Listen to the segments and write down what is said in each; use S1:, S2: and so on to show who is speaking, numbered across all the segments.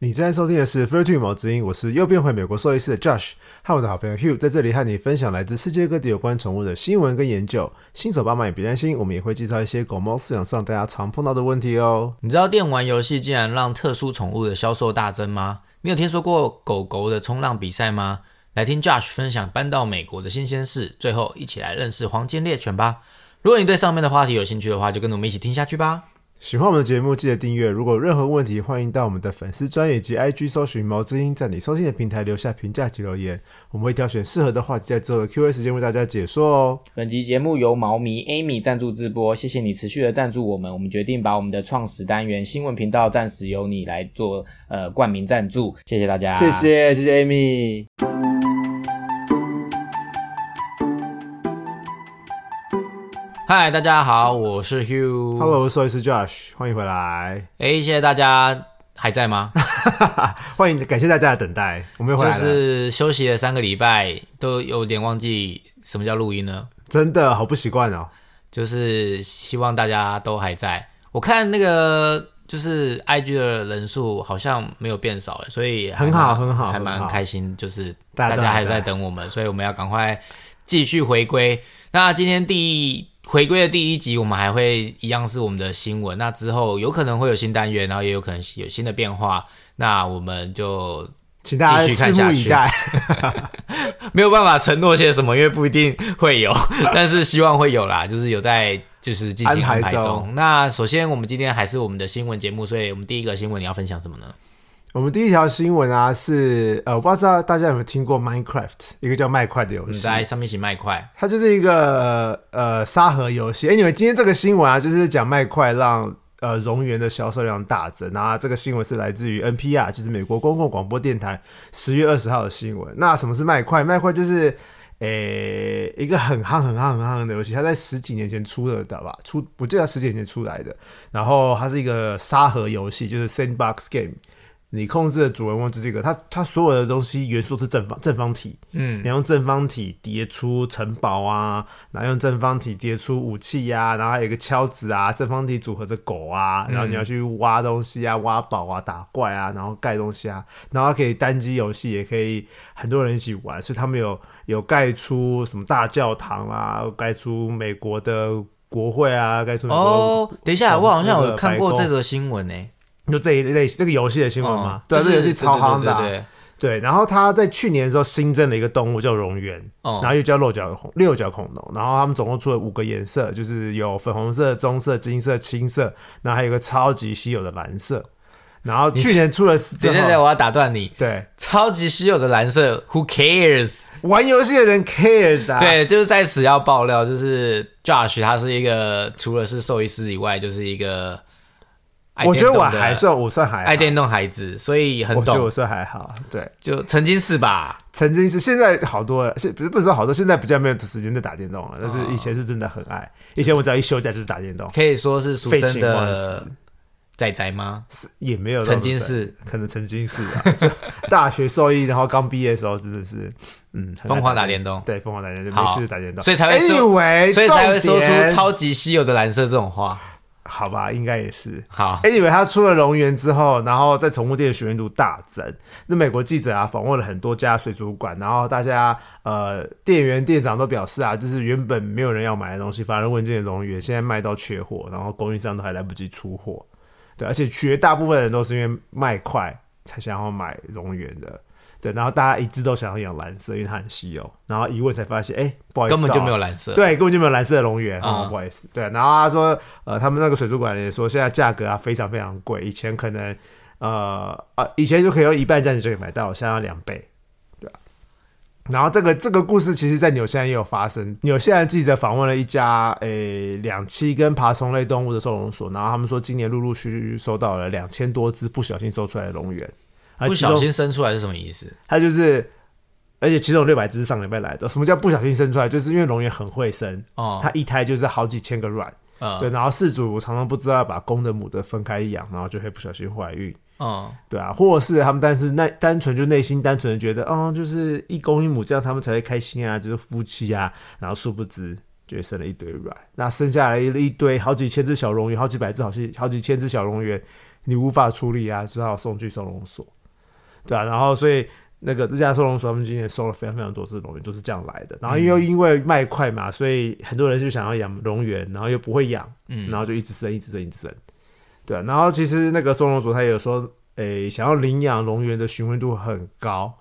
S1: 你正在收听的是《Virtue 毛之音》，我是又变回美国兽医师的 Josh，和我的好朋友 Hugh 在这里和你分享来自世界各地有关宠物的新闻跟研究。新手爸妈也别担心，我们也会介绍一些狗猫饲养上大家常碰到的问题哦。
S2: 你知道电玩游戏竟然让特殊宠物的销售大增吗？你有听说过狗狗的冲浪比赛吗？来听 Josh 分享搬到美国的新鲜事，最后一起来认识黄金猎犬吧。如果你对上面的话题有兴趣的话，就跟着我们一起听下去吧。
S1: 喜欢我们的节目，记得订阅。如果有任何问题，欢迎到我们的粉丝专业及 IG 搜寻“毛之音”，在你收听的平台留下评价及留言，我们会挑选适合的话题，在之后的 Q&A 时间为大家解说哦。
S3: 本集节目由毛迷 Amy 赞助直播，谢谢你持续的赞助我们。我们决定把我们的创始单元新闻频道暂时由你来做呃冠名赞助，谢谢大家，
S1: 谢。谢谢谢 Amy。
S2: 嗨，大家好，我是 Hugh。
S1: Hello，兽医师 Josh，欢迎回来，
S2: 哎，谢谢大家还在吗？
S1: 欢迎感谢大家的等待，我们又回
S2: 就
S1: 来了，
S2: 是休息了三个礼拜，都有点忘记什么叫录音了。
S1: 真的好不习惯哦。
S2: 就是希望大家都还在。我看那个就是 IG 的人数好像没有变少欸，所以还
S1: 很好
S2: 蛮
S1: 很好
S2: 还
S1: 很
S2: 蛮
S1: 好
S2: 开心。就是
S1: 大
S2: 大
S1: 家都
S2: 家
S1: 还
S2: 还在
S1: 在
S2: 等我们，所以我们要赶快继续回归。那今天第一回归的第一集，我们还会一样是我们的新闻。那之后有可能会有新单元，然后也有可能有新的变化。那我们就
S1: 请大家
S2: 继续看
S1: 拭
S2: 下
S1: 目
S2: 去
S1: 以待。
S2: 没有办法承诺些什么，因为不一定会 有，但是希望会有啦，就是有在就是进行
S1: 安
S2: 安
S1: 排
S2: 排
S1: 中
S2: 中。那首先我们今天还是我们的新闻节目，所以我们第一个新闻你要分享什么呢？
S1: 我们第一条新闻啊是呃，我不知道大家有没有听过 Minecraft，一个叫麦块的游
S2: 你
S1: 戏，
S2: 在上面一起卖块，
S1: 它就是一个呃呃沙盒游戏。哎、你们今天这个新闻啊，就是讲麦块让呃熔岩的销售量大增，那这个新闻是来自于 NPR，就是美国公共广播电台十月二十号的新闻。那什么是麦块？麦块就是。诶、一个很夯、很夯、很夯的游戏，它在十几年前出的吧？出，我记得它十几年前出来的。然后它是一个沙盒游戏，就是 sandbox game。你控制的主人翁就是一个，它它所有的东西元素是正方正方体，
S2: 嗯
S1: 你，要用正方体叠出城堡啊，然后用正方体叠出武器呀、然后还有一个敲子啊，正方体组合的狗啊，然后你要去挖东西啊、挖宝啊、打怪啊，然后盖东西啊，然后它可以单机游戏，也可以很多人一起玩，所以他们有有盖出什么大教堂啊，盖出美国的国会啊，盖出美国的
S2: 哦，等一下，我好像有看过
S1: 白宫
S2: 这则新闻诶、
S1: 就这一类这个游戏的新闻嘛，
S2: 哦
S1: 对、啊，
S2: 就是
S1: 这游戏超夯的啊、
S2: 对对对对
S1: 对，然后他在去年的时候新增了一个动物叫蝾螈，
S2: 哦
S1: 然后又叫六角恐六角恐龙，然后他们总共出了五个颜色，就是有粉红色、棕色、金色、青色，然后还有一个超级稀有的蓝色。然后去年出了之
S2: 等一下等一下，
S1: 后，
S2: 我要打断你。
S1: 对
S2: 超级稀有的蓝色，Who cares？、
S1: 玩游戏的人 cares 啊，，
S2: 对，就是在此要爆料，就是 Josh 他是一个除了是兽医师以外，就是一个爱
S1: 我觉得
S2: 电
S1: 我
S2: 动的
S1: 还算我算还
S2: 爱
S1: 好，
S2: 电动孩子，所以很
S1: 我觉得我
S2: 懂。
S1: 算还好，对，
S2: 就曾经是吧？
S1: 曾经是现在好多了，现不是不是说好多，现在比较没有时间在打电动了，但
S2: 哦
S1: 是以前是真的很爱，以前我只要一休假就是打电动，
S2: 可以说是俗
S1: 废
S2: 称
S1: 寝忘
S2: 的
S1: 食
S2: 仔仔吗？
S1: 也没有那么
S2: 曾经
S1: 在
S2: 是
S1: 可能曾经是啊， 就大学兽医，然后刚毕业的时候真的是，嗯，很爱
S2: 疯狂打电动
S1: 对，疯狂打电动，没
S2: 好
S1: 事就打电动，
S2: 所以才会说
S1: anyway,
S2: 所以才会说
S1: 哎重点
S2: 出超级稀有的蓝色这种话。
S1: 好吧，应该也是。
S2: 好，
S1: Anyway，他出了龙源之后，然后在宠物店的询问度大增。那美国记者啊访问了很多家水族馆，然后大家呃店员店长都表示啊，就是原本没有人要买的东西，反而问界的龙源现在卖到缺货，然后供应商都还来不及出货。对，而且绝大部分人都是因为卖快才想要买龙源的。对，然后大家一致都想要养蓝色，因为它很稀有。然后一问才发现，哎、不好意思、
S2: 根本就没有。蓝色。
S1: 对，根本就没有蓝色的龙源，啊、
S2: 嗯
S1: 不好意思。对，然后他说，呃，他们那个水族馆也说，现在价格啊非常非常贵，以前可能，呃啊，以前就可以用一半价钱就可以买到，现在要两倍，对吧？然后这个这个故事其实，在纽西兰也有发生。纽西兰记者访问了一家诶两栖跟爬虫类动物的收容所，然后他们说，今年陆陆续续收到了两千多只不小心收出来的龙源，啊
S2: 不
S1: 其中
S2: 小心生出来是什么意思？
S1: 它就是，而且其中有六百只是上礼拜来的。什么叫不小心生出来？就是因为龙源很会生，
S2: 哦
S1: 它，一胎就是好几千个卵，对，
S2: 嗯
S1: 然后饲主常常不知道把公的母的分开养，然后就会不小心怀孕，
S2: 嗯，
S1: 对啊，或者是他们但是那单纯就内心单纯的觉得，哦，就是一公一母这样他们才会开心啊，就是夫妻啊，然后殊不知。就会生了一堆卵，那生下来一一堆好几千只小龙鱼，好几百只，好几好几千只小龙鱼，你无法处理啊，只好送去收容所，对啊，然后所以那个日家收容所他们今年收了非常非常多只龙源，就是这样来的。然后又因为卖快嘛，所以很多人就想要养龙源，然后又不会养，
S2: 嗯
S1: 然后就一直生，一直生，一直生，对啊。然后其实那个收容所他也有说，诶、想要领养龙源的询问度很高。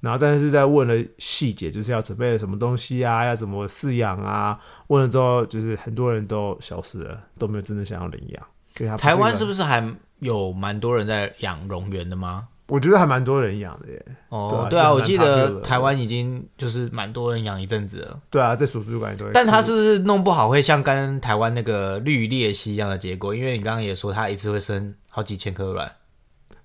S1: 然后，但是在问了细节，就是要准备了什么东西啊，要怎么饲养啊？问了之后，就是很多人都消失了，都没有真的想要领养。对啊，
S2: 台湾
S1: 不
S2: 是
S1: 是一个？
S2: 不是还有蛮多人在养蝾螈的吗？
S1: 我觉得还蛮多人养的耶。
S2: 哦，
S1: 对
S2: 对
S1: 啊
S2: 啊，
S1: 就
S2: 我
S1: 蛮
S2: 记
S1: popular
S2: 得
S1: 的
S2: 台湾已经就是蛮多人养一阵子了，
S1: 对啊，在水族馆都会吃。
S2: 但它是不是弄不好会像跟台湾那个绿鬣蜥一样的结果？因为你刚刚也说它一次会生好几千颗卵，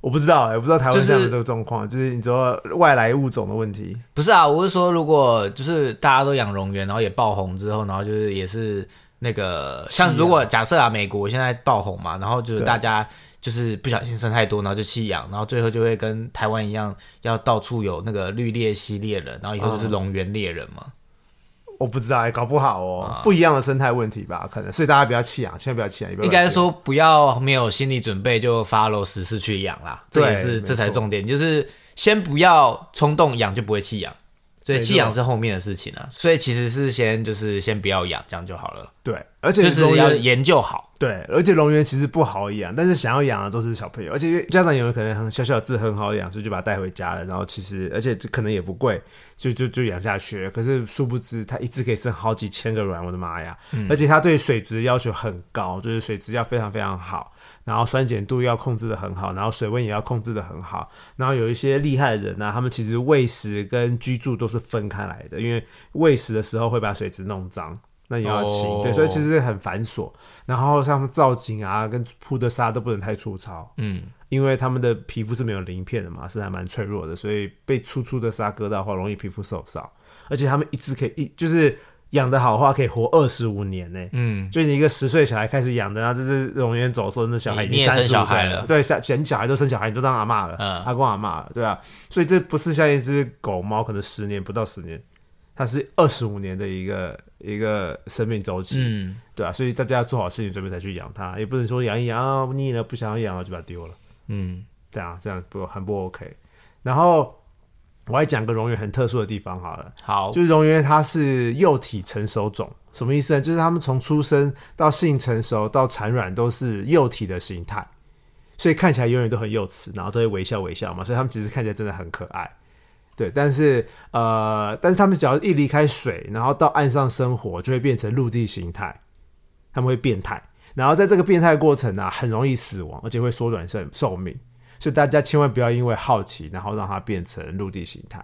S1: 我不知道哎、我不知道台湾
S2: 就是
S1: 是不是这个状况，就是你说外来物种的问题。
S2: 不是啊，我是说，如果就是大家都养蝾螈，然后也爆红之后，然后就是也是那个
S1: 弃养
S2: 像如果假设啊，美国现在爆红嘛，然后就是
S1: 对
S2: 大家就是不小心生太多，然后就弃养，然后最后就会跟台湾一样，要到处有那个绿鬣蜥猎人，然后以后
S1: 哦
S2: 就是蝾螈猎人嘛。
S1: 我不知道、欸，搞不好哦、
S2: 啊
S1: 不一样的生态问题吧，可能，所以大家不要弃养，千万不要弃养。也不要啊
S2: 应该
S1: 乱
S2: 说不要没有心理准备就 follow 实事去养啦，这
S1: 对
S2: 也是
S1: 没
S2: 这才
S1: 错
S2: 重点，就是先不要冲动养就不会弃养，所以
S1: 没
S2: 弃养
S1: 错
S2: 是后面的事情啊，所以其实是先就是先不要养，这样就好了。
S1: 对，而且
S2: 就是
S1: 龙
S2: 要
S1: 源
S2: 研究好。
S1: 对，而且龙源其实不好养，但是想要养的都是小朋友，而且家长有可能很小小字很好养，所以就把它带回家了。然后其实，而且这可能也不贵，就就就养下去了。可是殊不知，它一只可以生好几千个卵，我的妈呀！而且它对水质要求很高，就是水质要非常非常好。然后酸碱度要控制的很好，然后水温也要控制的很好。然后有一些厉害的人呢、啊他们其实喂食跟居住都是分开来的，因为喂食的时候会把水质弄脏，那也要清。
S2: 哦
S1: 对，所以其实很繁琐。然后像造景啊，跟铺的沙都不能太粗糙，
S2: 嗯，
S1: 因为他们的皮肤是没有鳞片的嘛，是还蛮脆弱的，所以被粗粗的沙割到的话，容易皮肤受伤。而且他们一只可以一就是养得好的话，可以活二十五年呢、
S2: 嗯，
S1: 就你一个十岁小孩开始养的，然后这是永远走的时候，那小孩已
S2: 你
S1: 经
S2: 也
S1: 三
S2: 生
S1: 十
S2: 小孩了
S1: 了，对，小前小孩都生小孩，你就当阿嬷了，
S2: 嗯
S1: 阿公阿嬷了，对啊，所以这不是像一只狗猫，可能十年不到十年，它是二十五年的一个一个生命周期，
S2: 嗯，
S1: 对啊，所以大家要做好心理准备才去养它，也不能说养一养啊腻了不想要养了就把它丢了，
S2: 嗯，
S1: 这样啊这样不很不 OK。然后我还讲个蝾螈很特殊的地方好了，
S2: 好，
S1: 就是蝾螈它是幼体成熟种，什么意思呢？就是它们从出生到性成熟到产卵都是幼体的形态，所以看起来永远都很幼稚，然后都会微笑微笑嘛，所以它们其实看起来真的很可爱。对，但是呃，但是它们只要一离开水，然后到岸上生活，就会变成陆地形态，它们会变态。然后在这个变态过程啊，很容易死亡，而且会缩短寿寿命，所以大家千万不要因为好奇，然后让它变成陆地形态。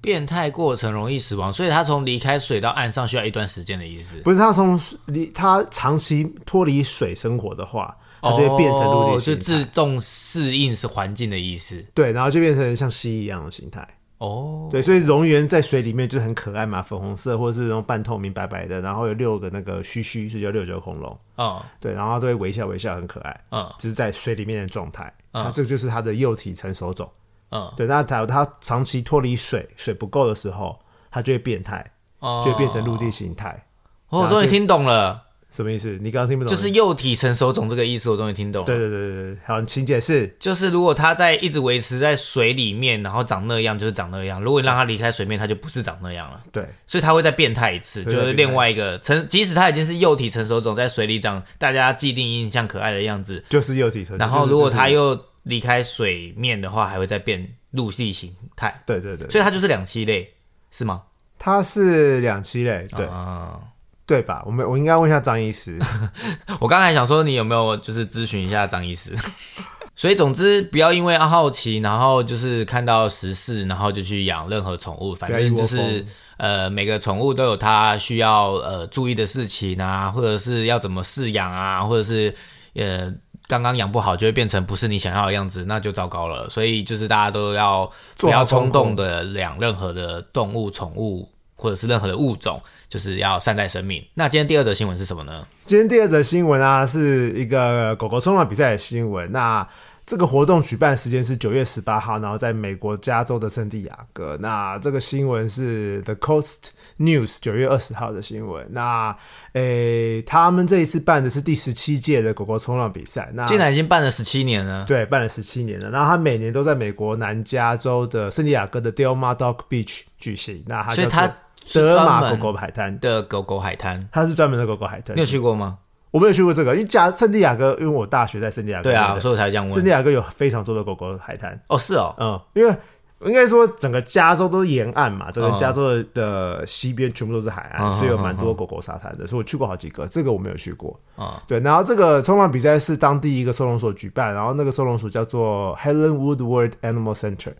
S2: 变态过程容易死亡，所以他从离开水到岸上需要一段时间的意思。
S1: 不是他从离他长期脱离水生活的话，他就会变成陆地
S2: 哦，就
S1: 形态，
S2: 自动适应是环境的意思。
S1: 对，然后就变成像蜥一样的形态。
S2: 哦，
S1: 对，所以蝾螈在水里面就是很可爱嘛，粉红色或者是那种半透明白白的，然后有六个那个须须，所以叫六角恐龙。
S2: 嗯
S1: 对，然后它都会微笑微笑，很可爱。
S2: 嗯
S1: 这是在水里面的状态，
S2: 嗯
S1: 它这个就是它的幼体成熟种。
S2: 嗯，
S1: 对，那它它长期脱离水，水不够的时候，它就会变态，
S2: 哦
S1: 就会变成陆地形态。
S2: 哦我终于听懂了，
S1: 什么意思？你刚刚听不懂？
S2: 就是幼体成熟种这个意思，我终于听懂了。
S1: 对对对对对，好，请解释。
S2: 就是如果它在一直维持在水里面，然后长那样，就是长那样；如果你让它离开水面，它就不是长那样了。
S1: 对。
S2: 所以它会再变态一次，就
S1: 对再
S2: 是
S1: 变态
S2: 另外一个成，即使它已经是幼体成熟种，在水里长，大家既定印象可爱的样子。
S1: 就是幼体成熟。
S2: 然后
S1: 就是
S2: 如果
S1: 就
S2: 它
S1: 是
S2: 又离开水面的话，还会再变陆地形态，
S1: 对对对，
S2: 所以它就是两栖类，是吗？
S1: 它是两栖类，对、
S2: 啊，
S1: 对吧？我们我应该问一下张医 师，
S2: 我刚才想说你有没有就是咨询一下张医师。 所以总之不要因为好奇，然后就是看到时事，然后就去养任何宠物，反正就
S1: 不要一窝
S2: 是
S1: 蜂
S2: 呃每个宠物都有它需要呃注意的事情啊，或者是要怎么饲养啊，或者是呃刚刚养不好就会变成不是你想要的样子，那就糟糕了。所以就是大家都要不
S1: 做
S2: 要
S1: 好风
S2: 冲
S1: 控
S2: 动的养任何的动物、宠物或者是任何的物种，就是要善待生命。那今天第二则新闻是什么呢？
S1: 今天第二则新闻啊，是一个狗狗冲浪比赛的新闻。那这个活动举办时间是九月十八号，然后在美国加州的圣地亚哥。那这个新闻是 The Coast News 九月二十号的新闻。那诶，他们这一次办的是第十七届的狗狗冲浪比赛。那
S2: 竟然已经办了十七年了，
S1: 对，办了十七年了。然后他每年都在美国南加州的圣地亚哥的 Delmar Dog Beach 举行。那它
S2: 所以
S1: 叫做
S2: 它是
S1: 德
S2: 专
S1: 马
S2: 门
S1: 狗狗海滩，
S2: 的狗狗海滩，
S1: 它是专门的狗狗海滩
S2: 你有。去过吗？
S1: 我没有去过这个，因为加圣地亚哥，因为我大学在圣地亚哥。
S2: 对啊，
S1: 不
S2: 所以我才这样
S1: 圣地
S2: 问。
S1: 亚哥有非常多的狗狗海滩。
S2: 哦，是哦，
S1: 嗯，因为应该说整个加州都是沿岸嘛，整个
S2: 嗯
S1: 加州的的西边全部都是海岸，
S2: 嗯
S1: 所以有蛮多狗狗沙滩的。所以我去过好几个，这个我没有去过。
S2: 嗯，
S1: 对，然后这个冲浪比赛是当地一个收容所举办，然后那个收容所叫做 Helen Woodward Animal Center。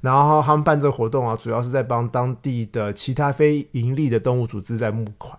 S1: 然后他们办这个活动啊，主要是在帮当地的其他非盈利的动物组织在募款。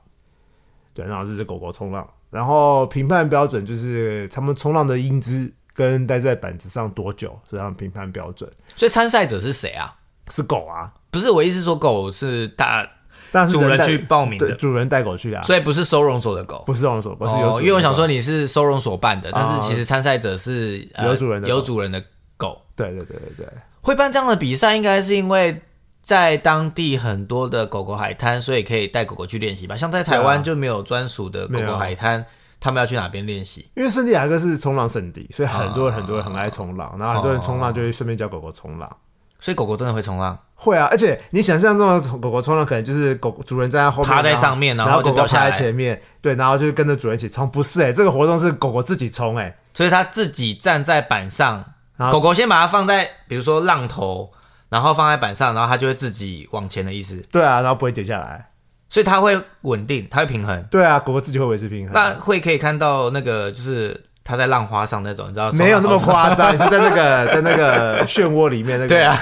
S1: 对，然后这是狗狗冲浪，然后评判标准就是他们冲浪的英姿跟待在板子上多久，是他们评判标准
S2: 所以参赛者是谁啊？
S1: 是狗啊，
S2: 不是，我意思说狗是大
S1: 但是
S2: 主人
S1: 带
S2: 去报名
S1: 对
S2: 的，
S1: 主人带狗去啊，
S2: 所以不是收容所的狗。
S1: 不是用手，不是有主人的狗、
S2: 哦，因为我想说你是收容所办的，但
S1: 哦
S2: 是其实参赛者是呃
S1: 有主人的狗
S2: 有主人的狗。
S1: 对，对对对对
S2: 会办这样的比赛，应该是因为在当地很多的狗狗海滩，所以可以带狗狗去练习吧。像在台
S1: 对啊
S2: 湾就没有专属的狗
S1: 没有
S2: 狗海滩，他们要去哪边练习？
S1: 因为圣地亚哥是冲浪圣地，所以很多人很多人很爱冲
S2: 哦
S1: 浪，然后很多人冲浪就会顺便教狗狗冲浪。
S2: 所以狗狗真的会冲浪，
S1: 会啊，而且你想象中的狗狗冲浪，可能就是狗主人站在后面
S2: 趴在
S1: 然后
S2: 上面然
S1: 然
S2: 后
S1: 狗
S2: 就
S1: 狗
S2: 掉下
S1: 趴在
S2: 来
S1: 前面，对，然后就跟着主人一起冲。不是哎、这个活动是狗狗自己冲哎、
S2: 所以它自己站在板上，
S1: 然后
S2: 狗狗先把它放在比如说浪头，然后放在板上，然后它就会自己往前的意思，
S1: 对啊，然后不会跌下来。
S2: 所以它会稳定，它会平衡。
S1: 对啊，狗狗自己会维持平衡。
S2: 那会可以看到那个就是它在浪花上那种，你知道
S1: 没有那么
S2: 手拿
S1: 夸张，你就在那个在那个漩涡里面那个。
S2: 对啊，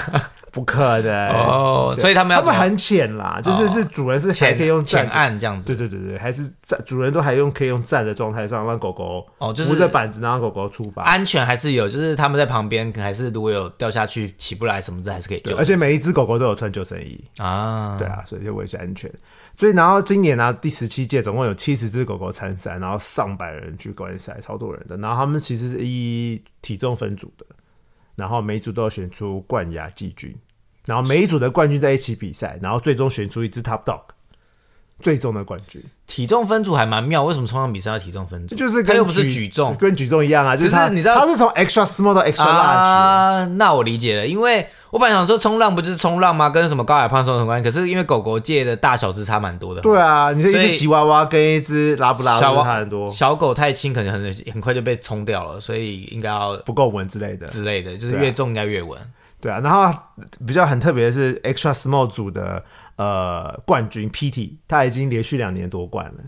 S1: 不可能。
S2: 哦，
S1: 对
S2: 所以他们要
S1: 他们
S2: 怎么哦
S1: 很浅啦，就是是主人是还可以用
S2: 浅啊
S1: 站
S2: 浅
S1: 着
S2: 暗这样子
S1: 对。对对对，还是站主人都还用可以用站的状态上让狗狗
S2: 哦就是
S1: 扶着板子，然后狗狗出发。
S2: 安全还是有，就是他们在旁边，可能还是如果有掉下去起不来什么的，还是可以
S1: 对，
S2: 救
S1: 而且每一只狗狗都有穿救生衣，
S2: 啊。
S1: 对，啊，所以就维持安全。所以然后今年呢、啊第十七届总共有七十只狗狗参赛，然后上百人去观赛，超多人的。然后他们其实是依体重分组的，然后每一组都要选出冠亚季军，然后每一组的冠军在一起比赛，然后最终选出一只 top dog，最终的冠军。
S2: 体重分组还蛮妙，为什么冲浪比赛要体重分组？
S1: 这就是
S2: 他
S1: 跟
S2: 又不是举重
S1: 跟举重一样啊，就
S2: 可是
S1: 他
S2: 你知道
S1: 他是从 extra small 到 extra large，、
S2: 啊。那我理解了，因为我本来想说冲浪不就是冲浪吗？跟什么高矮胖瘦有什么关系？可是因为狗狗界的大小是差蛮多的，
S1: 对啊，你这一
S2: 所
S1: 只
S2: 以
S1: 吉娃娃跟一只拉布拉
S2: 小
S1: 多
S2: 娃
S1: 差很多，
S2: 小狗太轻，可能很很快就被冲掉了，所以应该要
S1: 不够稳之类的。
S2: 之类的，就是
S1: 对啊
S2: 越重应该越稳。
S1: 对啊，然后比较很特别的是 extra small 组的呃冠军 PT，他已经连续两年夺冠了，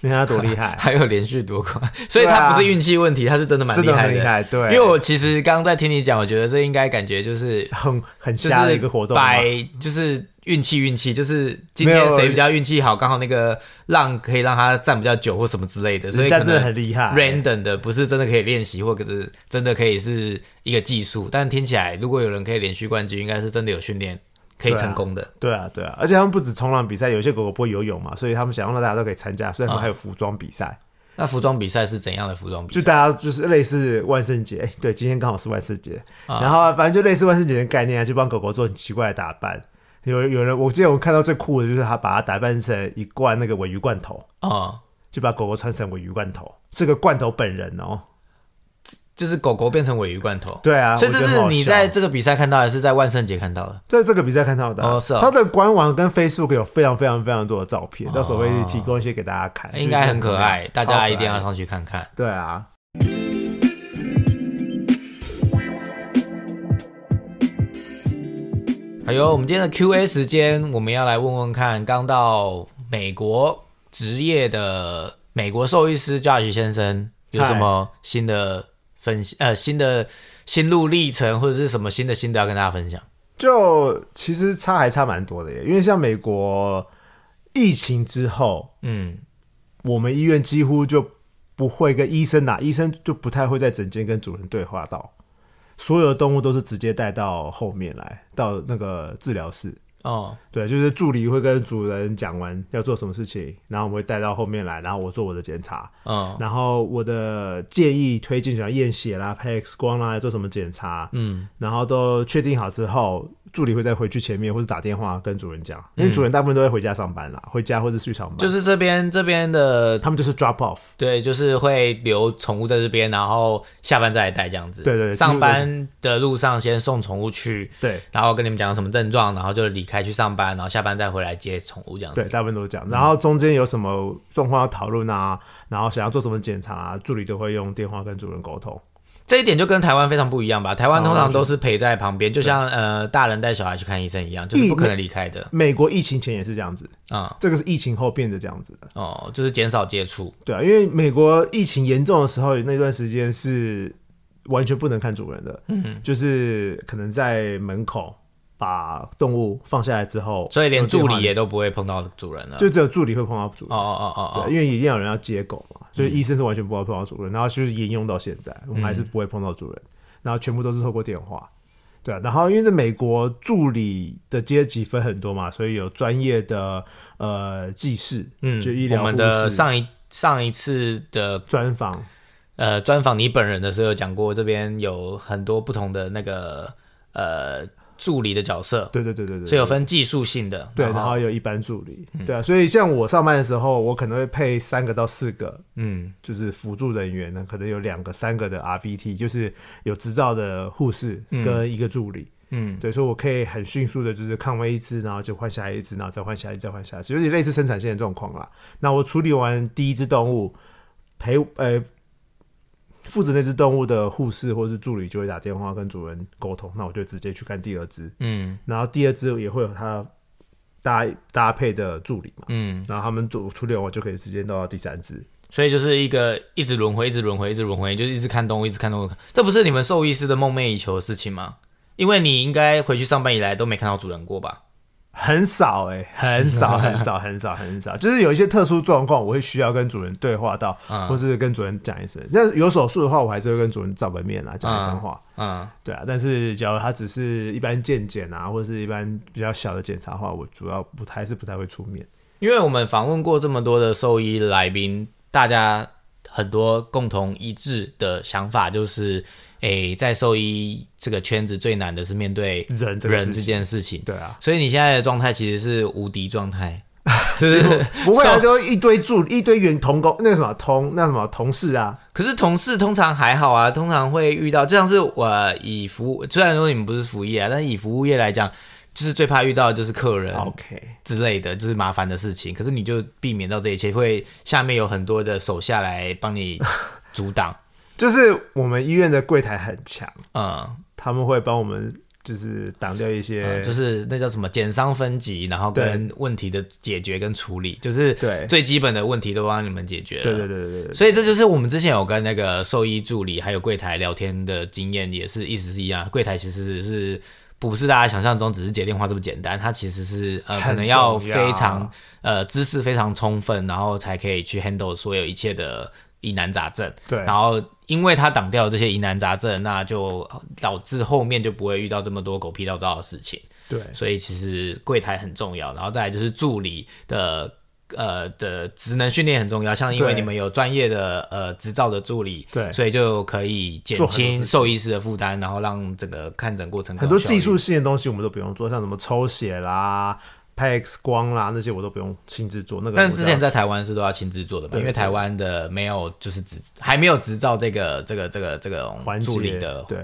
S1: 你看他多厉害，
S2: 还有连续夺冠，所以
S1: 对啊
S2: 他不是运气问题，他是真 的蛮
S1: 真
S2: 厉
S1: 的
S2: 害
S1: 很
S2: 的。
S1: 厉害，对，
S2: 因为我其实刚刚在听你讲，我觉得这应该感觉就是
S1: 很很
S2: 就
S1: 瞎的
S2: 是
S1: 一个活动嘛，
S2: 摆就是运气运气，就是今
S1: 没
S2: 天
S1: 有
S2: 谁比较运气好，刚好那个浪可以让他站比较久或什么之类的，所
S1: 人
S2: 以
S1: 家
S2: 可
S1: 真的
S2: 能
S1: 很厉害。
S2: random 的不是真的可以练习，或者是真的可以是一个技术。但听起来，如果有人可以连续冠军，应该是真的有训练可以
S1: 对啊
S2: 成功的。
S1: 对啊，对啊，而且他们不止冲浪比赛，有些狗狗不会游泳嘛，所以他们想要让大家都可以参加，所以他们
S2: 嗯
S1: 还有服装比赛。
S2: 那服装比赛是怎样的服装比
S1: 就
S2: 赛？
S1: 大家就是类似万圣节，哎对，今天刚好是万圣节，
S2: 啊
S1: 然后反正就类似万圣节的概念啊，就帮狗狗做很奇怪的打扮。有有人，我记得我看到最酷的就是他把它打扮成一罐那个尾鱼罐头，
S2: 嗯，
S1: 就把狗狗穿成尾鱼罐头，是个罐头本人哦。
S2: 就是狗狗变成尾鱼罐头。
S1: 对啊，
S2: 所
S1: 我
S2: 以这
S1: 觉得很
S2: 是
S1: 好
S2: 你
S1: 笑
S2: 在这个比赛看到，还是在万圣节看到的？
S1: 在这个比赛看到的啊、
S2: 哦是哦
S1: 它的官网跟 Facebook 有非常非常非常多的照片，到时候会提供一些给大家看，
S2: 应该很
S1: 哎就是
S2: 可
S1: 那种
S2: 爱，大
S1: 超可
S2: 家
S1: 爱欸
S2: 一定要
S1: 的
S2: 上去看看。
S1: 对啊。
S2: 还有我们今天的 Q&A 时间，我们要来问问看，刚到美国职业的美国兽医师 Josh 先生有什么新的分析？呃，新的心路历程或者是什么新的心得要跟大家分享？
S1: 就其实差还差蛮多的耶，因为像美国疫情之后，
S2: 嗯，
S1: 我们医院几乎就不会跟医生啊，医生就不太会在诊间跟主人对话到，所有的动物都是直接带到后面来，到那个治疗室。
S2: 哦，
S1: 对，就是助理会跟主人讲完要做什么事情，然后我们会带到后面来，然后我做我的检查，
S2: 嗯
S1: 然后我的建议推荐，想要验血啦、拍 X 光啦，做什么检查，
S2: 嗯，
S1: 然后都确定好之后，助理会再回去前面或者打电话跟主人讲，因为主人大部分都会回家上班啦，回家或者去上班，
S2: 嗯就是这边这边的，
S1: 他们就是 drop off，
S2: 对，就是会留宠物在这边，然后下班再来带这样子。
S1: 对对对
S2: 上班的路上先送宠物去，
S1: 对
S2: 然后跟你们讲什么症状，然后就离开去上班，然后下班再回来接宠物这样子。
S1: 对，大部分都是这
S2: 嗯
S1: 样。然后中间有什么状况要讨论啊，然后想要做什么检查、啊，助理都会用电话跟主人沟通。
S2: 这一点就跟台湾非常不一样吧？台湾
S1: 哦
S2: 通常都是陪在旁边，就像呃大人带小孩去看医生一样，就是不可能离开的
S1: 美国疫情前也是这样子，
S2: 啊、
S1: 这个是疫情后变得这样子的。
S2: 哦，就是减少接触。
S1: 对啊，因为美国疫情严重的时候，那段时间是完全不能看主人的，嗯，就是可能在门口把动物放下来之后，
S2: 所以连助
S1: 用
S2: 理
S1: 电
S2: 也都不会碰到主人了。
S1: 话就只有助理会碰到主
S2: 哦
S1: 人，
S2: 哦哦嗯哦
S1: 对，啊
S2: 哦，
S1: 因为一定要有人要接狗嘛，所以医生是完全不会碰到主人，然后就是沿用到现在，我们还是不会碰到主人，然后全部都是透过电话。对啊，然后因为在美国助理的阶级分很多嘛，所以有专业的呃技师，
S2: 嗯，
S1: 就医疗
S2: 我们的
S1: 护士
S2: 上一上一次的
S1: 专访，
S2: 呃专访你本人的时候有讲过，这边有很多不同的那个呃助理的角色，
S1: 对对对对对，
S2: 所以有分技术性的，
S1: 对，然
S2: 然
S1: 后有一般助理，对啊，所以像我上班的时候，我可能会配三个到四个，
S2: 嗯
S1: 就是辅助人员呢，可能有两个、三个的 RVT，就是有执照的护士跟一个助理，
S2: 嗯
S1: 对，所以我可以很迅速的，就是看完一只，然后就换下一只，然后再换下一只，再换下一只，有点类似生产线的状况啦。那我处理完第一只动物，陪呃负责那只动物的护士或是助理就会打电话跟主人沟通，那我就直接去看第二只，
S2: 嗯
S1: 然后第二只也会有它搭搭配的助理嘛，
S2: 嗯，
S1: 然后他们做处理完就可以直接到第三只。
S2: 所以就是一个一直轮回，一直轮回，一直轮回，就是一直看动物，一直看动物，这不是你们兽医师的梦寐以求的事情吗？因为你应该回去上班以来都没看到主人过吧？
S1: 很少哎、很 少很少很少很少，就是有一些特殊状况，我会需要跟主人对话到，
S2: 嗯
S1: 或是跟主人讲一声。那有手术的话，我还是会跟主人照个面啊，讲一声话，
S2: 嗯，
S1: 对啊。但是假如他只是一般健检啊，或者是一般比较小的检查的话，我主要不太还是不太会出面。
S2: 因为我们访问过这么多的兽医来宾，大家很多共同一致的想法就是，诶，在兽医这个圈子最难的是面对
S1: 人这个事
S2: 人这
S1: 情
S2: 件事情。
S1: 对啊，
S2: 所以你现在的状态其实是无敌状态， 就是
S1: 不会啊，
S2: 兽
S1: 就一堆助一堆员同工，那个什么同那什么同事啊，
S2: 可是同事通常还好啊，通常会遇到，就像是我以服务，虽然说你们不是服务业啊，但是以服务业来讲，就是最怕遇到的就是客人
S1: OK，
S2: 之类的，就是麻烦的事情。可是你就避免到这一切，会下面有很多的手下来帮你阻 挡。
S1: 就是我们医院的柜台很强，
S2: 嗯，
S1: 他们会帮我们就是挡掉一些，
S2: 嗯就是那叫什么减伤分级，然后跟问题的解决跟处理，就是
S1: 对
S2: 最基本的问题都帮你们解决了。
S1: 对对对对对，
S2: 所以这就是我们之前有跟那个兽医助理还有柜台聊天的经验，也是意思是一样。柜台其实是不是大家想象中只是接电话这么简单？它其实是呃可
S1: 很
S2: 能要
S1: 重
S2: 非
S1: 要
S2: 常呃知识非常充分，然后才可以去 handle 所有一切的疑难杂症。
S1: 对
S2: 然后因为他挡掉了这些疑难杂症，那就导致后面就不会遇到这么多狗屁倒灶的事情。
S1: 对
S2: 所以其实柜台很重要，然后再来就是助理的呃的职能训练很重要，像因为
S1: 对
S2: 你们有专业的呃执照的助理，
S1: 对
S2: 所以就可以减
S1: 做很多事
S2: 轻
S1: 情
S2: 兽医师的负担，然后让整个看诊过程
S1: 很多
S2: 更有效率
S1: 技术性的东西我们都不用做，像什么抽血啦、拍 X 光啦那些我都不用亲自做。那个我
S2: 但之
S1: 知道
S2: 前在台湾是都要亲自做的嘛，
S1: 对
S2: 因为台湾的没有就是执还没有执照这个这个这个这个
S1: 环
S2: 助理
S1: 节
S2: 的
S1: 对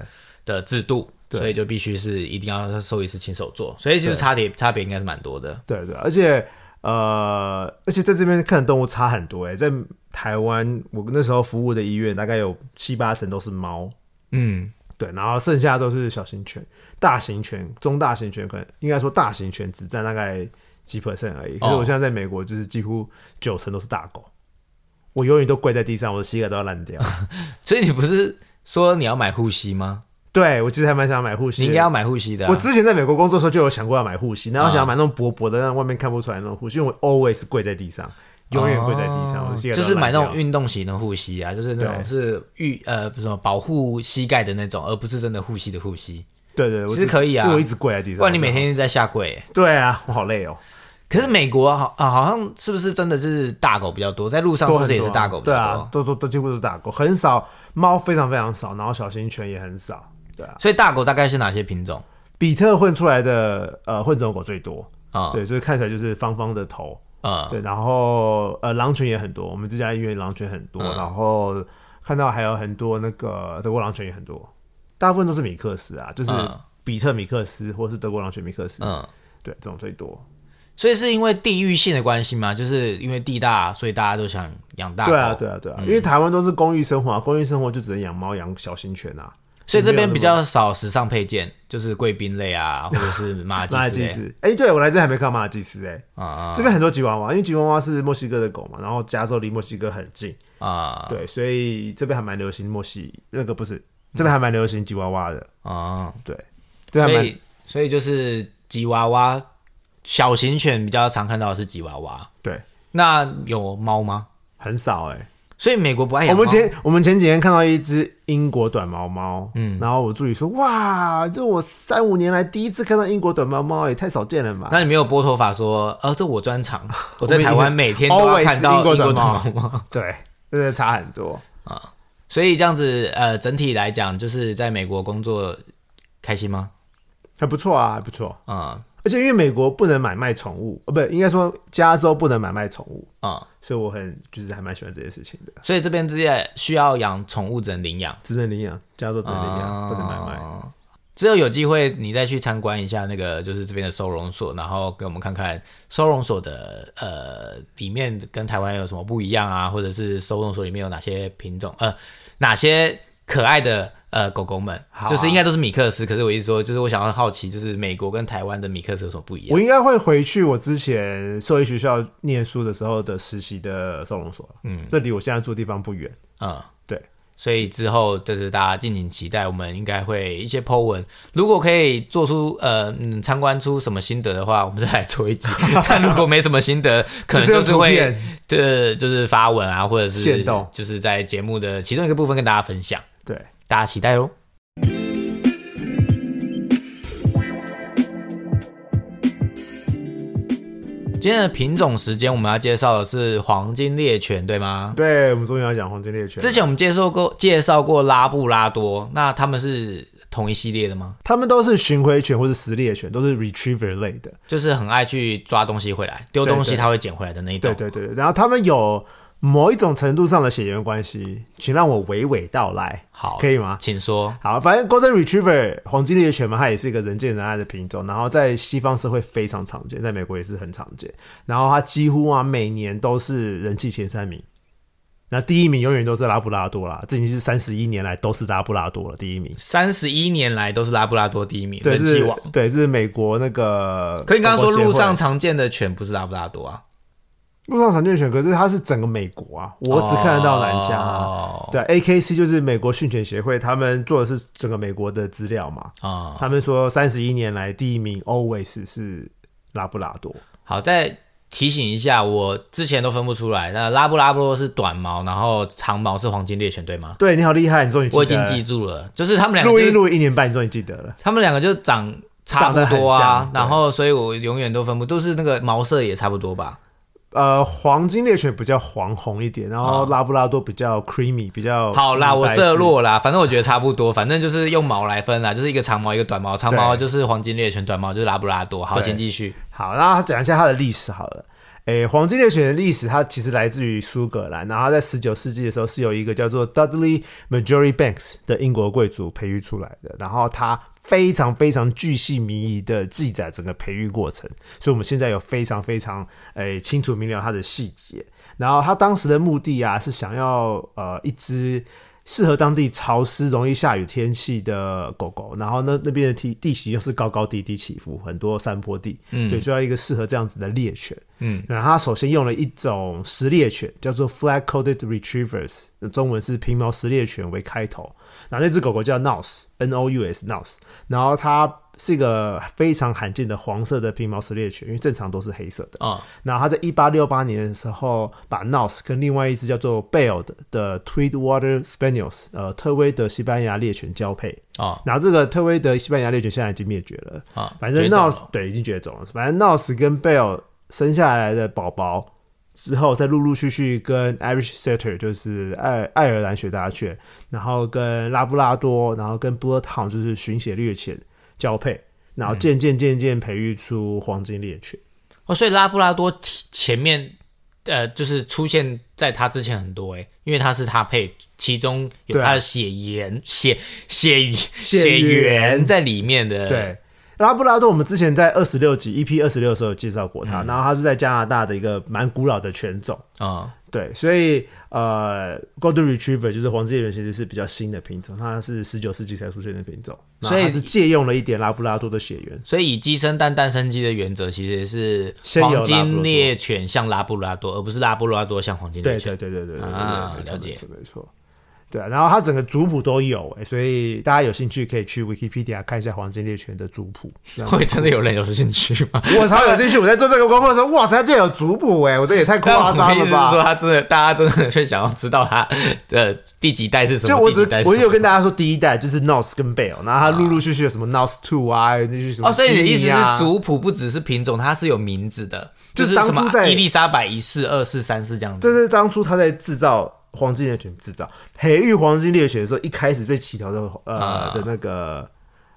S2: 的制度，
S1: 对
S2: 所以就必须是一定要兽医师亲手做，所以就是差别差别应该是蛮多的。
S1: 对对，而且呃，而且在这边看的动物差很多哎、在台湾我那时候服务的医院大概有七八成都是猫，
S2: 嗯，
S1: 对，然后剩下都是小型犬、大型犬、中大型犬，可能应该说大型犬只占大概几 percent 而已。
S2: 哦
S1: 可是我现在在美国，就是几乎九成都是大狗，我永远都跪在地上，我的膝盖都要烂掉。
S2: 所以你不是说你要买护膝吗？
S1: 对我其实还蛮想买护膝
S2: 你
S1: 的，
S2: 应该要买啊护膝的、啊。
S1: 我之前在美国工作的时候就有想过要买护膝，然后想要买那种薄薄的，让外面看不出来那种护膝，因为我 always 跪在地上，永远跪在地上，我
S2: 啊哦
S1: 膝盖都
S2: 就
S1: 要
S2: 是买那
S1: 烂
S2: 种
S1: 掉
S2: 运动型的护膝啊，就是那种
S1: 对
S2: 是预呃不是什么保护膝盖的那种，而不是真的护膝的护膝。
S1: 对对，我
S2: 其
S1: 只
S2: 实可以啊
S1: 因为我一直跪在地上。
S2: 不然你每天一直在下跪、欸
S1: 对啊，我好累哦，
S2: 可是美国好啊，好像是不是真的就是大狗比较多，在路上是
S1: 多
S2: 不
S1: 很
S2: 是
S1: 多
S2: 也
S1: 啊
S2: 是大狗比
S1: 对
S2: 较多？
S1: 啊，都都都几乎都是大狗，很少猫非常非常少，然后小型犬也很少，对啊，
S2: 所以大狗大概是哪些品种
S1: 比特混出来的呃混种狗最多，
S2: 啊？
S1: 对，所以看起来就是方方的头，
S2: 啊、
S1: 对，然后呃狼犬也很多，我们这家医院狼犬很多，
S2: 嗯
S1: 然后看到还有很多那个德国狼犬也很多，大部分都是米克斯啊，就是
S2: 嗯
S1: 比特米克斯或是德国狼犬米克斯，
S2: 嗯，
S1: 对，这种最多，
S2: 所以是因为地域性的关系嘛，就是因为地大，所以大家都想养大狗。嗯
S1: 对啊，对啊，对啊，因为台湾都是公寓生活、啊，公寓生活就只能养猫养小型犬啊，
S2: 所以这边比较少时尚配件，就是贵宾类啊，或者 是马
S1: 马尔
S2: 吉
S1: 济
S2: 斯类
S1: 斯，哎、对我来这还没看到马尔济斯、哎、
S2: 啊啊
S1: 这边很多吉娃娃，因为吉娃娃是墨西哥的狗嘛，然后加州离墨西哥很近，
S2: 啊
S1: 对，所以这边还蛮流行墨西那个不是，这边还蛮流行吉娃娃的，
S2: 啊！
S1: 对，这边还
S2: 所
S1: 蛮
S2: 以所以就是吉娃娃，小型犬比较常看到的是吉娃娃。
S1: 对，
S2: 那有猫吗？
S1: 很少哎、
S2: 所以美国不爱养
S1: 我
S2: 猫。
S1: 们前我们前几天看到一只英国短毛猫，嗯，然后我助理说，哇，这我三五年来第一次看到英国短毛猫，欸也太少见了吧？
S2: 那你没有拨头发说，呃，这我 专长，我在
S1: 我们
S2: 台湾每天都要
S1: always
S2: 看到
S1: 英国
S2: 短
S1: 短毛
S2: 毛。
S1: 对，真的差很多。
S2: 所以这样子，呃，整体来讲，就是在美国工作开心吗？
S1: 还不错啊，还不错。
S2: 啊、
S1: 而且因为美国不能买卖宠物，呃，不应该说加州不能买卖宠物，
S2: 啊、
S1: 所以我很就是还蛮喜欢这件事情的。
S2: 所以这边直接需要养宠物，只能领养，
S1: 只能领养，加州只能领养，不能买卖。
S2: 哦只有有机会你再去参观一下那个，就是这边的收容所，然后给我们看看收容所的呃里面跟台湾有什么不一样啊，或者是收容所里面有哪些品种呃哪些可爱的呃狗狗们，
S1: 好啊
S2: 就是应该都是米克斯。可是我一直说，就是我想要好奇，就是美国跟台湾的米克斯有什么不一样？
S1: 我应该会回去我之前兽医学校念书的时候的实习的收容所，嗯，这离我现在住的地方不远。
S2: 嗯，
S1: 对，
S2: 所以之后就是大家敬请期待，我们应该会一些 Po 文。如果可以做出呃嗯参观出什么心得的话，我们再来 做一集。但如果没什么心得，可能
S1: 就是
S2: 是
S1: 用图
S2: 会
S1: 片
S2: 对，就是发文啊，或者是
S1: 限动
S2: 就是在节目的其中一个部分跟大家分享，
S1: 对，
S2: 大家期待哦。今天的品种时间，我们要介绍的是黄金猎犬，对吗？
S1: 对，我们终于要讲黄金猎犬了。
S2: 之前我们介绍过介绍过拉布拉多，那他们是同一系列的吗？
S1: 他们都是巡回犬或者食猎犬，都是 retriever 类的。
S2: 就是很爱去抓东西回来，丢东
S1: 对
S2: 西
S1: 对
S2: 他会捡回来的那一种。
S1: 对对对，对然后他们有某一种程度上的血缘关系，请让我娓娓道来，
S2: 好，
S1: 可以吗？
S2: 请说。
S1: 好，反正 Golden Retriever 黄金猎犬嘛，它也是一个人见人爱的品种，然后在西方社会非常常见，在美国也是很常见。然后它几乎啊每年都是人气前三名，那第一名永远都是拉布拉多啦，这已经是三十一年来都是拉布拉多了第一名。
S2: 三十一年来都是拉布拉多第一名，
S1: 对，
S2: 人气
S1: 是
S2: 王。，
S1: 对，是美国那个。
S2: 可你刚刚说
S1: 狗
S2: 路上
S1: 狗协会
S2: 常见的犬不是拉布拉多啊？
S1: 路上常见犬，可是它是整个美国啊，我只看得到南加啊。
S2: 哦
S1: 对，AKC 就是美国训犬协会，他们做的是整个美国的资料嘛。
S2: 啊、
S1: 他们说三十一年来第一名 always 是拉布拉多，
S2: 好，再提醒一下，我之前都分不出来。那拉布拉多是短毛，然后长毛是黄金猎犬，对吗？
S1: 对你好厉害，你终于记得
S2: 我已经记住了，就是他们两个
S1: 录
S2: 就是
S1: 音录一年半，你终于记得了。
S2: 他们两个就长差
S1: 长得
S2: 不
S1: 很
S2: 多啊
S1: 像，对
S2: 然后所以我永远都分不，都是那个毛色也差不多吧。
S1: 呃，黄金猎犬比较黄红一点，然后
S2: 哦
S1: 拉布拉多比较 creamy，比较
S2: 好
S1: 哦
S2: 啦，
S1: 明
S2: 我
S1: 白
S2: 色
S1: 是
S2: 弱啦，反正我觉得差不多，反正就是用毛来分啦，啊就是一个长毛一个短毛，长毛就是黄金猎犬，短毛就是拉布拉多。好，
S1: 对
S2: 请继续。
S1: 好，那讲一下它的历史好了。诶，黄金猎犬的历史，它其实来自于苏格兰，然后它在十九世纪的时候是由一个叫做 Dudley Marjorie Banks 的英国贵族培育出来的，然后它非常非常巨细靡遗的记载整个培育过程，所以我们现在有非常非常诶清楚明了它的细节。然后它当时的目的啊，是想要呃一只适合当地潮湿、容易下雨天气的狗狗，然后那那边的地地形又是高高低低起伏，很多山坡地，嗯，对，需要一个适合这样子的猎犬，嗯，然后它首先用了一种食猎犬，叫做 Flat Coated Retrievers，中文是平毛食猎犬为开头，然后那只狗狗叫 Nous，N O U S Nous，然后它是一个非常罕见的黄色的平毛食猎犬，因为正常都是黑色的。
S2: 啊、
S1: 然后他在一八六八年的时候，把 Nous 跟另外一只叫做 Bell 的的 Tweedwater Spaniels，呃，特威德西班牙猎犬交配。
S2: 啊
S1: 然后这个特威德西班牙猎犬现在已经灭绝了，
S2: 啊！
S1: 反正
S2: 绝种
S1: Nous 对已经绝种了。反正 Nous 跟 Bell 生下来的宝宝之后，再陆陆续续跟 Irish Setter，就是爱爱尔兰雪大犬，然后跟拉布拉多，然后跟 Bloodhound，就是寻血猎犬交配，然
S2: 嗯
S1: 后渐渐渐渐培育出黄金猎犬。
S2: 哦，所以拉布拉多提前面呃，就是出现在他之前很多诶，因为他是他配，其中有
S1: 对啊
S2: 他的血缘、血血
S1: 血
S2: 血缘在里面的。
S1: 对，拉布拉多我们之前在二十六集 EP 二十六的时候有介绍过
S2: 嗯
S1: 它，然后它是在加拿大的一个蛮古老的犬种。
S2: 啊、
S1: 对，所以呃，Golden Retriever 就是黄金猎犬，其实是比较新的品种，它是十九世纪才出现的品种，
S2: 所
S1: 然
S2: 以
S1: 后它是借用了一点拉布拉多的血缘。
S2: 所以以鸡生蛋，蛋生鸡的原则其实是
S1: 先有
S2: 黄
S1: 拉布拉
S2: 金
S1: 多
S2: 猎犬像拉布拉多，而不是拉布拉多像黄金猎
S1: 对
S2: 犬。
S1: 对对对对对，
S2: 啊
S1: 对对没
S2: 了解
S1: 错没错没错。对啊，然后它整个族谱都有、欸，所以大家有兴趣可以去 Wikipedia 看一下黄金猎犬的族谱。这 样
S2: 会真的有人有兴趣吗？
S1: 我超有兴趣，我在做这个功课的时候，哇塞，它竟然有族谱哎、欸，我这也太
S2: 但
S1: 夸
S2: 我
S1: 张了吧！
S2: 的意思是说，他真的，大家真的会想要知道他的第几代是什么？
S1: 就我
S2: 第
S1: 只
S2: 几代是什么
S1: 我有跟大家说，第一代就是 Nos 跟 Bell，然后它陆陆续续有什么 Nos Two 啊，那些什么、啊
S2: 哦，所以你的意思是
S1: 族，
S2: 族谱不只是品种，它是有名字的，
S1: 就是是当
S2: 什么
S1: 初在
S2: 伊丽莎白一世、二世、三世这样
S1: 这
S2: 子。
S1: 是当初他在制造黄金猎犬、制造培育黄金猎犬的时候，一开始最起头的呃、
S2: 啊
S1: 的那个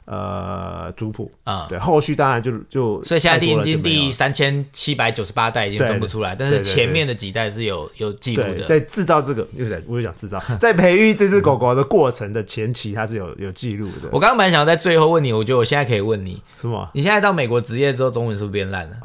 S1: 呃族谱
S2: 啊
S1: 对，后续当然就就
S2: 所以现在已经
S1: 太多了就没有
S2: 第
S1: 了
S2: 三千七百九十八代已经
S1: 对
S2: 分不出来，但
S1: 对
S2: 是
S1: 对对
S2: 前面的几代是有有记录
S1: 对，
S2: 的。
S1: 在制造这个又在我又讲制造，在培育这只狗狗的过程的前期，它是有有记录的，
S2: 我刚刚本来想要在最后问你，我觉得我现在可以问你，
S1: 是吗？
S2: 你现在到美国职业之后，中文是不是变烂了？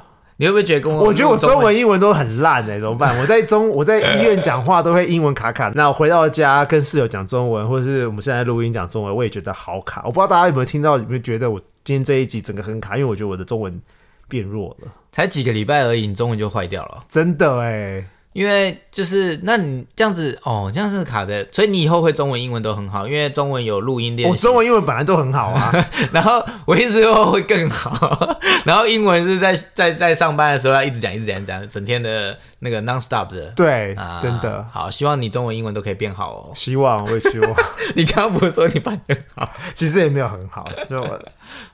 S2: 你会不会觉得跟我
S1: 我觉得我
S2: 中
S1: 中文、英文都很烂 哎、怎么办？我在中我在医院讲话都会英文卡卡，那我回到家跟室友讲中文，或者是我们现在录音讲中文，我也觉得好卡。我不知道大家有没有听到，有没有觉得我今天这一集整个很卡？因为我觉得我的中文变弱了，
S2: 才几个礼拜而已，你中文就坏掉了？
S1: 真的哎、
S2: 因为就是那你这样子哦，这样是卡的，所以你以后会中文、英文都很好，因为中文有录音练
S1: 我
S2: 习。
S1: 中文、英文本来都很好啊，
S2: 然后我一直后会更好， 然后英文是在在在上班的时候要一直讲一直讲一直讲，整天的那个 non stop 的。
S1: 对，
S2: 啊
S1: 真的。
S2: 好，希望你中文、英文都可以变好哦。
S1: 希望我也希望，
S2: 你刚刚不是说你扮得很好？
S1: 其实也没有很好。就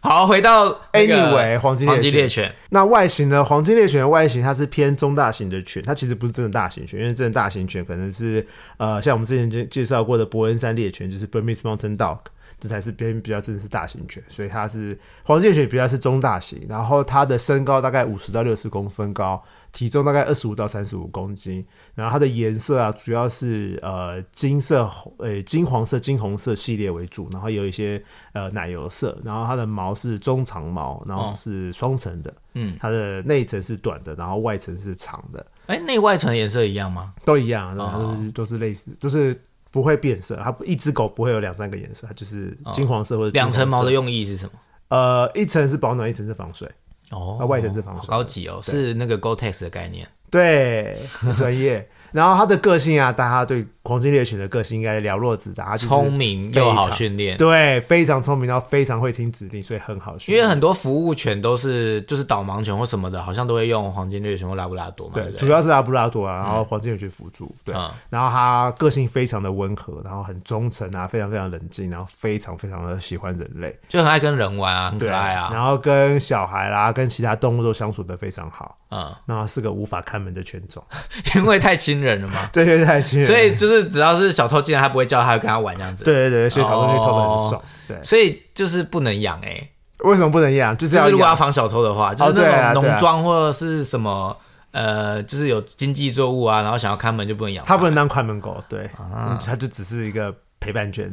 S2: 好，回到那个
S1: Anyway，黄金猎
S2: 黄金
S1: 犬
S2: 猎犬
S1: 那外形呢？黄金猎犬的外形它是偏中大型的犬，它其实不是真的大型犬，因为真的大型犬可能是呃，像我们之前介介绍过的伯恩山猎犬，就是 Burmese Mountain Dog，这才是偏比较真的是大型犬，所以它是黄金猎犬比较是中大型，然后它的身高大概五十到六十公分高，体重大概二十五到三十五公斤，然后它的颜色啊主要是呃金色、红呃金黄色、金红色系列为主，然后也有一些呃奶油色，然后它的毛是中长毛，然
S2: 哦
S1: 后是双层的。
S2: 嗯
S1: 它的内层是短的，然后外层是长的，
S2: 哎，内外层颜色一样吗？
S1: 都一样，然
S2: 哦
S1: 后就是都是类似，就是不会变色。它一只狗不会有两三个颜色，它就是金黄色或者金
S2: 哦两
S1: 黄色
S2: 层毛的，用意是什么？
S1: 呃，一层是保暖，一层是防水。
S2: 哦
S1: 啊，外层是防水
S2: 好高级哦，
S1: 对
S2: 是那个 Gore-Tex 的概念。
S1: 对，很专业。然后它的个性啊，大家对黄金猎犬的个性应该了若指掌，它就是
S2: 聪明
S1: 非
S2: 又
S1: 常
S2: 好训练，
S1: 对，非常聪明，然后非常会听指令，所以很好训
S2: 因为
S1: 练。
S2: 很多服务犬都是就是导盲犬或什么的，好像都会用黄金猎犬或拉布拉多嘛，对
S1: 对，
S2: 不
S1: 主
S2: 对？
S1: 要是拉布拉多啊，然后黄金猎犬辅助，对，
S2: 嗯
S1: 然后它个性非常的温和，然后很忠诚啊，非常非常冷静，然后非常非常的喜欢人类，
S2: 就很爱跟人玩啊，很
S1: 对
S2: 可爱啊，
S1: 然后跟小孩啦，跟其他动物都相处的非常好，
S2: 嗯，
S1: 那是个无法看门的犬种，
S2: 因为太亲人了嘛，
S1: 对 对对，太亲人了，
S2: 所以就是只要是小偷进来，他不会叫，他会跟他玩这样子。，
S1: 对对对，所以小
S2: 哦
S1: 东西偷的很爽，对，
S2: 所以就是不能养哎、
S1: 为什么不能养？就是
S2: 就
S1: 要
S2: 是如果要
S1: 养，
S2: 防小偷的话，就是
S1: 对啊
S2: 那种
S1: 对啊
S2: 农庄或者是什么呃，就是有经济作物啊，然后想要看门就不能养
S1: 它
S2: 它，
S1: 不能当看门狗，对，嗯它就只是一个陪伴犬，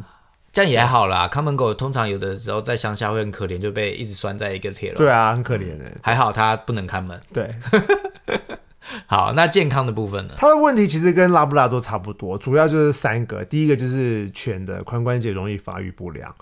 S2: 这样也还好啦。看门狗通常有的时候在乡下会很可怜，就被一直拴在一个铁笼。
S1: 对啊，很可怜的，
S2: 还好它不能看门。
S1: 对，
S2: 好，那健康的部分呢？
S1: 它的问题其实跟拉布拉多差不多，主要就是三个。第一个就是犬的髋关节容易发育不良，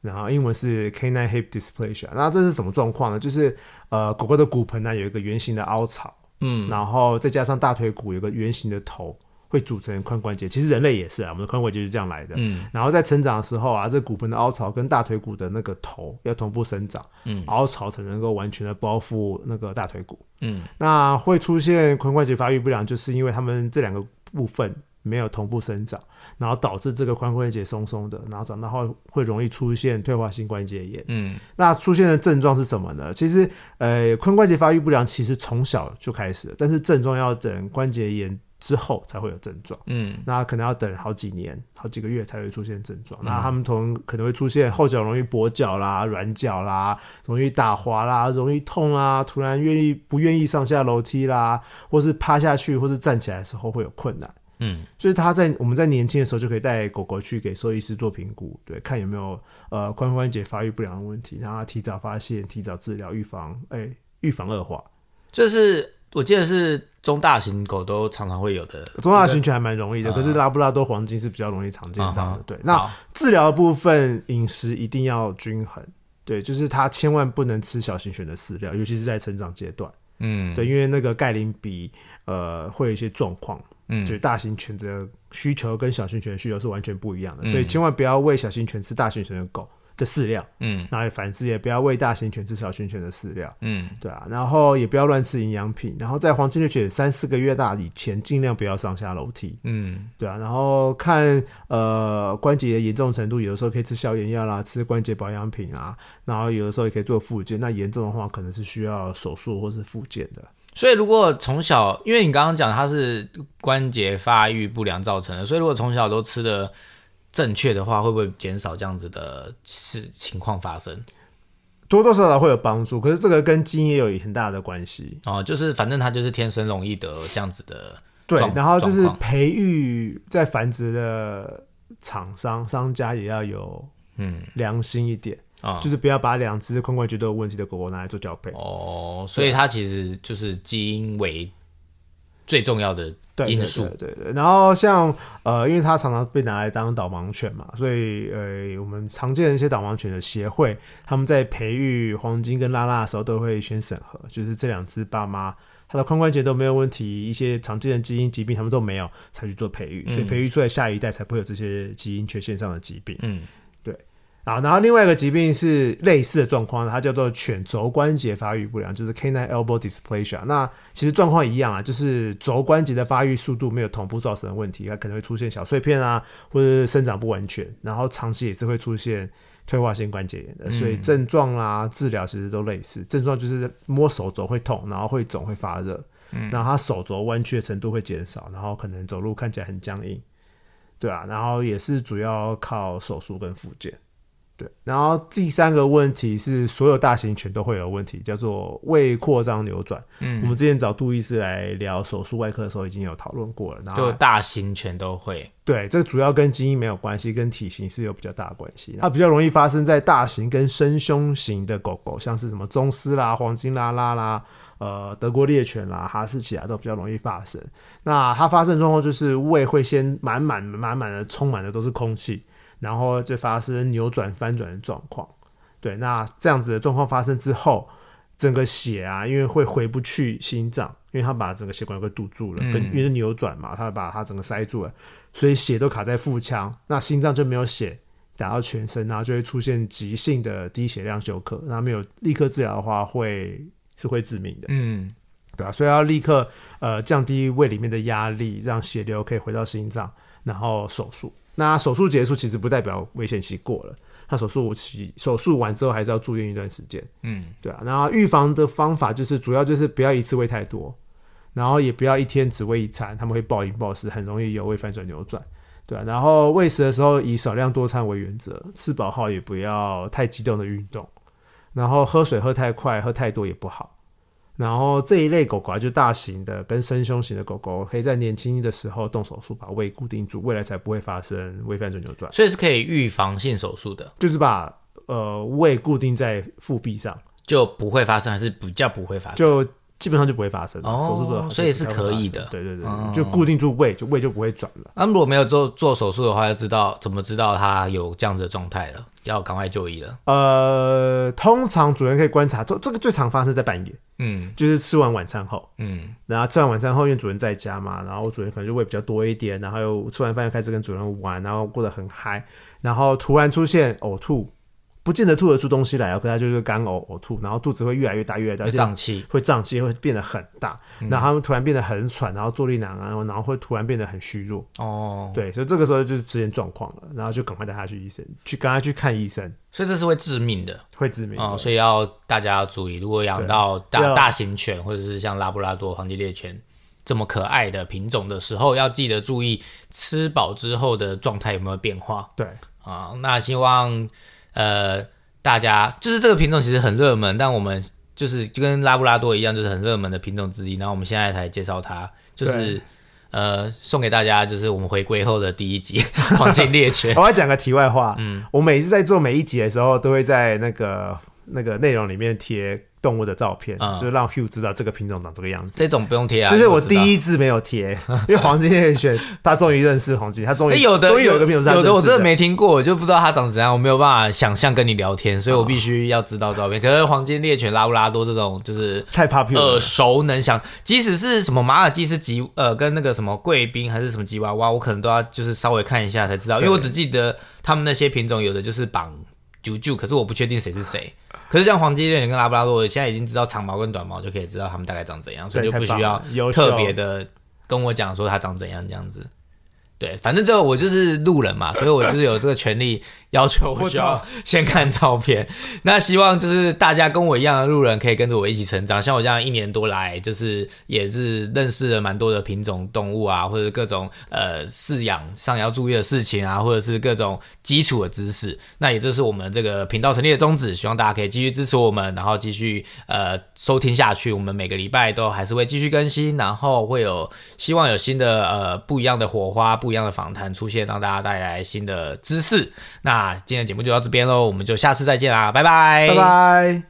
S1: 然后英文是 canine hip dysplasia。那这是什么状况呢？就是呃，狗狗的骨盆呢有一个圆形的凹槽，
S2: 嗯，
S1: 然后再加上大腿骨有个圆形的头，会组成髋关节。其实人类也是啊，我们的髋关节是这样来的。
S2: 嗯
S1: 然后在成长的时候啊，这骨盆的凹槽跟大腿骨的那个头要同步生长，
S2: 嗯
S1: 凹槽才能够完全的包覆那个大腿骨。
S2: 嗯
S1: 那会出现髋关节发育不良，就是因为他们这两个部分没有同步生长，然后导致这个髋关节松松的，然后长大后会容易出现退化性关节炎。
S2: 嗯
S1: 那出现的症状是什么呢？其实，呃，髋关节发育不良其实从小就开始了，但是症状要等关节炎之后才会有症状。
S2: 嗯
S1: 那可能要等好几年、好几个月才会出现症状。
S2: 嗯
S1: 那他们同可能会出现后脚容易跛脚啦、软脚啦、容易打滑啦、容易痛啦、突然愿意不愿意上下楼梯啦，或是趴下去或是站起来的时候会有困难。
S2: 嗯
S1: 所以他在我们在年轻的时候就可以带狗狗去给兽医师做评估，对，看有没有呃髋关节发育不良的问题，让它提早发现、提早治疗，预防哎预防恶化。
S2: 这是我记得是中大型狗都常常会有的。
S1: 中大型犬还蛮容易的，
S2: 嗯
S1: 可是拉布拉多黄金是比较容易常见到
S2: 嗯
S1: 的
S2: 哼。
S1: 对，那
S2: 好
S1: 治疗的部分，饮食一定要均衡。对，就是它千万不能吃小型犬的饲料，尤其是在成长阶段。
S2: 嗯
S1: 对，因为那个钙磷比呃会有一些状况，
S2: 嗯
S1: 所以大型犬的需求跟小型犬的需求是完全不一样的，
S2: 嗯
S1: 所以千万不要喂小型犬吃大型犬的狗的饲料，
S2: 嗯
S1: 那反之也不要喂大型犬吃小型犬的饲料。
S2: 嗯
S1: 对啊，然后也不要乱吃营养品，然后在黄金猎犬三四个月大以前，尽量不要上下楼梯。
S2: 嗯
S1: 对啊，然后看呃关节的严重程度，有的时候可以吃消炎药啦，吃关节保养品啦，然后有的时候也可以做复健。那严重的话，可能是需要手术或是复健的。
S2: 所以，如果从小，因为你刚刚讲它是关节发育不良造成的，所以如果从小都吃的正确的话，会不会减少这样子的事情况发生？
S1: 多多少少会有帮助，可是这个跟基因也有很大的关系。
S2: 哦，就是反正它就是天生容易得这样子的，
S1: 对
S2: 状，
S1: 然后就是
S2: 状况
S1: 培育在繁殖的厂商商家也要有
S2: 嗯
S1: 良心一点，
S2: 啊、
S1: 就是不要把两只髋关节都有问题的狗狗拿来做交配。
S2: 哦，所以
S1: 啊
S2: 它其实就是基因为最重要的
S1: 对
S2: 因素
S1: 对对对对。然后像呃，因为它常常被拿来当导盲犬嘛，所以呃，我们常见的一些导盲犬的协会，他们在培育黄金跟拉拉的时候都会先审核，就是这两只爸妈。它的髋关节都没有问题，一些常见的基因疾病他们都没有，才去做培育，所以培育出来下一代才不会有这些基因缺陷上的疾病。
S2: 嗯
S1: 啊，然后另外一个疾病是类似的状况，它叫做犬肘关节发育不良，就是 canine elbow dysplasia。那其实状况一样啊，就是肘关节的发育速度没有同步造成的问题，它可能会出现小碎片啊，或者是生长不完全，然后长期也是会出现退化性关节炎的。所以症状啦、治疗其实都类似，症状就是摸手肘会痛，然后会肿、会发热，然后它手肘弯曲的程度会减少，然后可能走路看起来很僵硬，对啊，然后也是主要靠手术跟复健。对，然后第三个问题是所有大型犬都会有问题，叫做胃扩张扭转。嗯，我们之前找杜医师来聊手术外科的时候已经有讨论过了。然后
S2: 就大型犬都会，
S1: 对，这个主要跟基因没有关系，跟体型是有比较大的关系。它比较容易发生在大型跟深胸型的狗狗，像是什么宗师啦、黄金拉拉啦、呃德国猎犬啦、哈士奇啊，都比较容易发生。那它发生的状况就是胃会先满满满满的充满的都是空气，然后就发生扭转翻转的状况。对，那这样子的状况发生之后，整个血啊，因为会回不去心脏，因为它把整个血管给堵住了，跟因为扭转嘛，它把它整个塞住了。所以血都卡在腹腔，那心脏就没有血打到全身，然后就会出现急性的低血量休克。那没有立刻治疗的话会，是会致命的，
S2: 嗯
S1: 对啊，所以要立刻呃降低胃里面的压力，让血流可以回到心脏，然后手术。那手术结束其实不代表危险期过了，那手术期手术完之后还是要住院一段时间。
S2: 嗯
S1: 对啊，然后预防的方法就是主要就是不要一次喂太多，然后也不要一天只喂一餐，他们会暴饮暴食，很容易有胃反转扭转。对啊，然后喂食的时候以少量多餐为原则，吃饱后也不要太激动的运动，然后喝水喝太快、喝太多也不好。然后这一类狗狗啊，就大型的跟深胸型的狗狗，可以在年轻的时候动手术把胃固定住，未来才不会发生胃反转扭转，
S2: 所以是可以预防性手术的，
S1: 就是把呃胃固定在腹壁上。
S2: 就不会发生，还是比较不会发生。
S1: 就基本上就不会发生了。
S2: 哦
S1: 手术做得好，
S2: 所以是可以的
S1: 对对对，
S2: 哦
S1: 就固定住胃，就胃就不会转了。
S2: 那、如果没有做做手术的话，要知道怎么知道他有这样子的状态了，要赶快就医了。
S1: 呃，通常主人可以观察，这这个最常发生在半夜，
S2: 嗯
S1: 就是吃完晚餐后，
S2: 嗯，
S1: 然后吃完晚餐后，因为主人在家嘛，然后主人可能就胃比较多一点，然后又吃完饭又开始跟主人玩，然后过得很嗨，然后突然出现呕吐，不见得吐得出东西来哦，可他就是干呕呕吐，然后肚子会越来越大越来越大，
S2: 会胀气。
S1: 会胀气，会变得很大，
S2: 嗯
S1: 然后他们突然变得很喘，然后坐立难安，然后会突然变得很虚弱，
S2: 哦，
S1: 对，所以这个时候就是出现状况了，然后就赶快带他去医生，去赶快去看医生，
S2: 所以这是会致命的
S1: 会致命的
S2: 哦，所以要大家要注意，如果养到大
S1: 要
S2: 大型犬或者是像拉布拉多、黄金猎犬这么可爱的品种的时候，要记得注意吃饱之后的状态有没有变化。
S1: 对，
S2: 啊，那希望呃大家就是这个品种其实很热门，但我们就是就跟拉布拉多一样，就是很热门的品种之一。然后我们现在才介绍它，就是呃送给大家，就是我们回归后的第一集 《黄金猎犬》。
S1: 我要讲个题外话，嗯，我每次在做每一集的时候，都会在那个那个内容里面贴动物的照片，
S2: 嗯
S1: 就是让 Hugh 知道这个品种长这个样子。
S2: 这种不用贴啊，
S1: 这是我
S2: 知道
S1: 第。一次没有 贴，因为黄金猎犬，他终于认识黄金，他终
S2: 哎、
S1: 于
S2: 有的
S1: 终于有一个品种是他
S2: 有的
S1: 认
S2: 我
S1: 识
S2: 真的没听过，我就不知道它长怎样，我没有办法想象跟你聊天，所以我必须要知道照片。可是黄金猎犬、拉布拉多这种 就是
S1: 太 popular，了
S2: 耳熟能详，即使是什么马尔济斯吉呃跟那个什么贵宾还是什么吉娃娃，我可能都要就是稍微看一下才知道，因为我只记得他们那些品种有的就是绑啾啾，可是我不确定谁是谁。可是像黄金猎犬跟拉布拉多，我现在已经知道长毛跟短毛，就可以知道它们大概长怎样，所以
S1: 对
S2: 就不需
S1: 太棒
S2: 要
S1: 了优秀
S2: 特别的跟我讲说它长怎样这样子。对，反正这我就是路人嘛，所以我就是有这个权利要求我需
S1: 我
S2: 要
S1: 懂
S2: 先看照片。 那希望就是大家跟我一样的路人，可以跟着我一起成长。像我这样一年多来，就是也是认识了蛮多的品种动物啊，或者各种呃饲养上要注意的事情啊，或者是各种基础的知识。那也就是我们这个频道成立的宗旨，希望大家可以继续支持我们，然后继续呃收听下去。我们每个礼拜都还是会继续更新，然后会有希望有新的呃不一样的火花、不一样的访谈出现，让大家带来新的知识。那今天的节目就到这边喽，我们就下次再见啦，拜拜，
S1: 拜拜。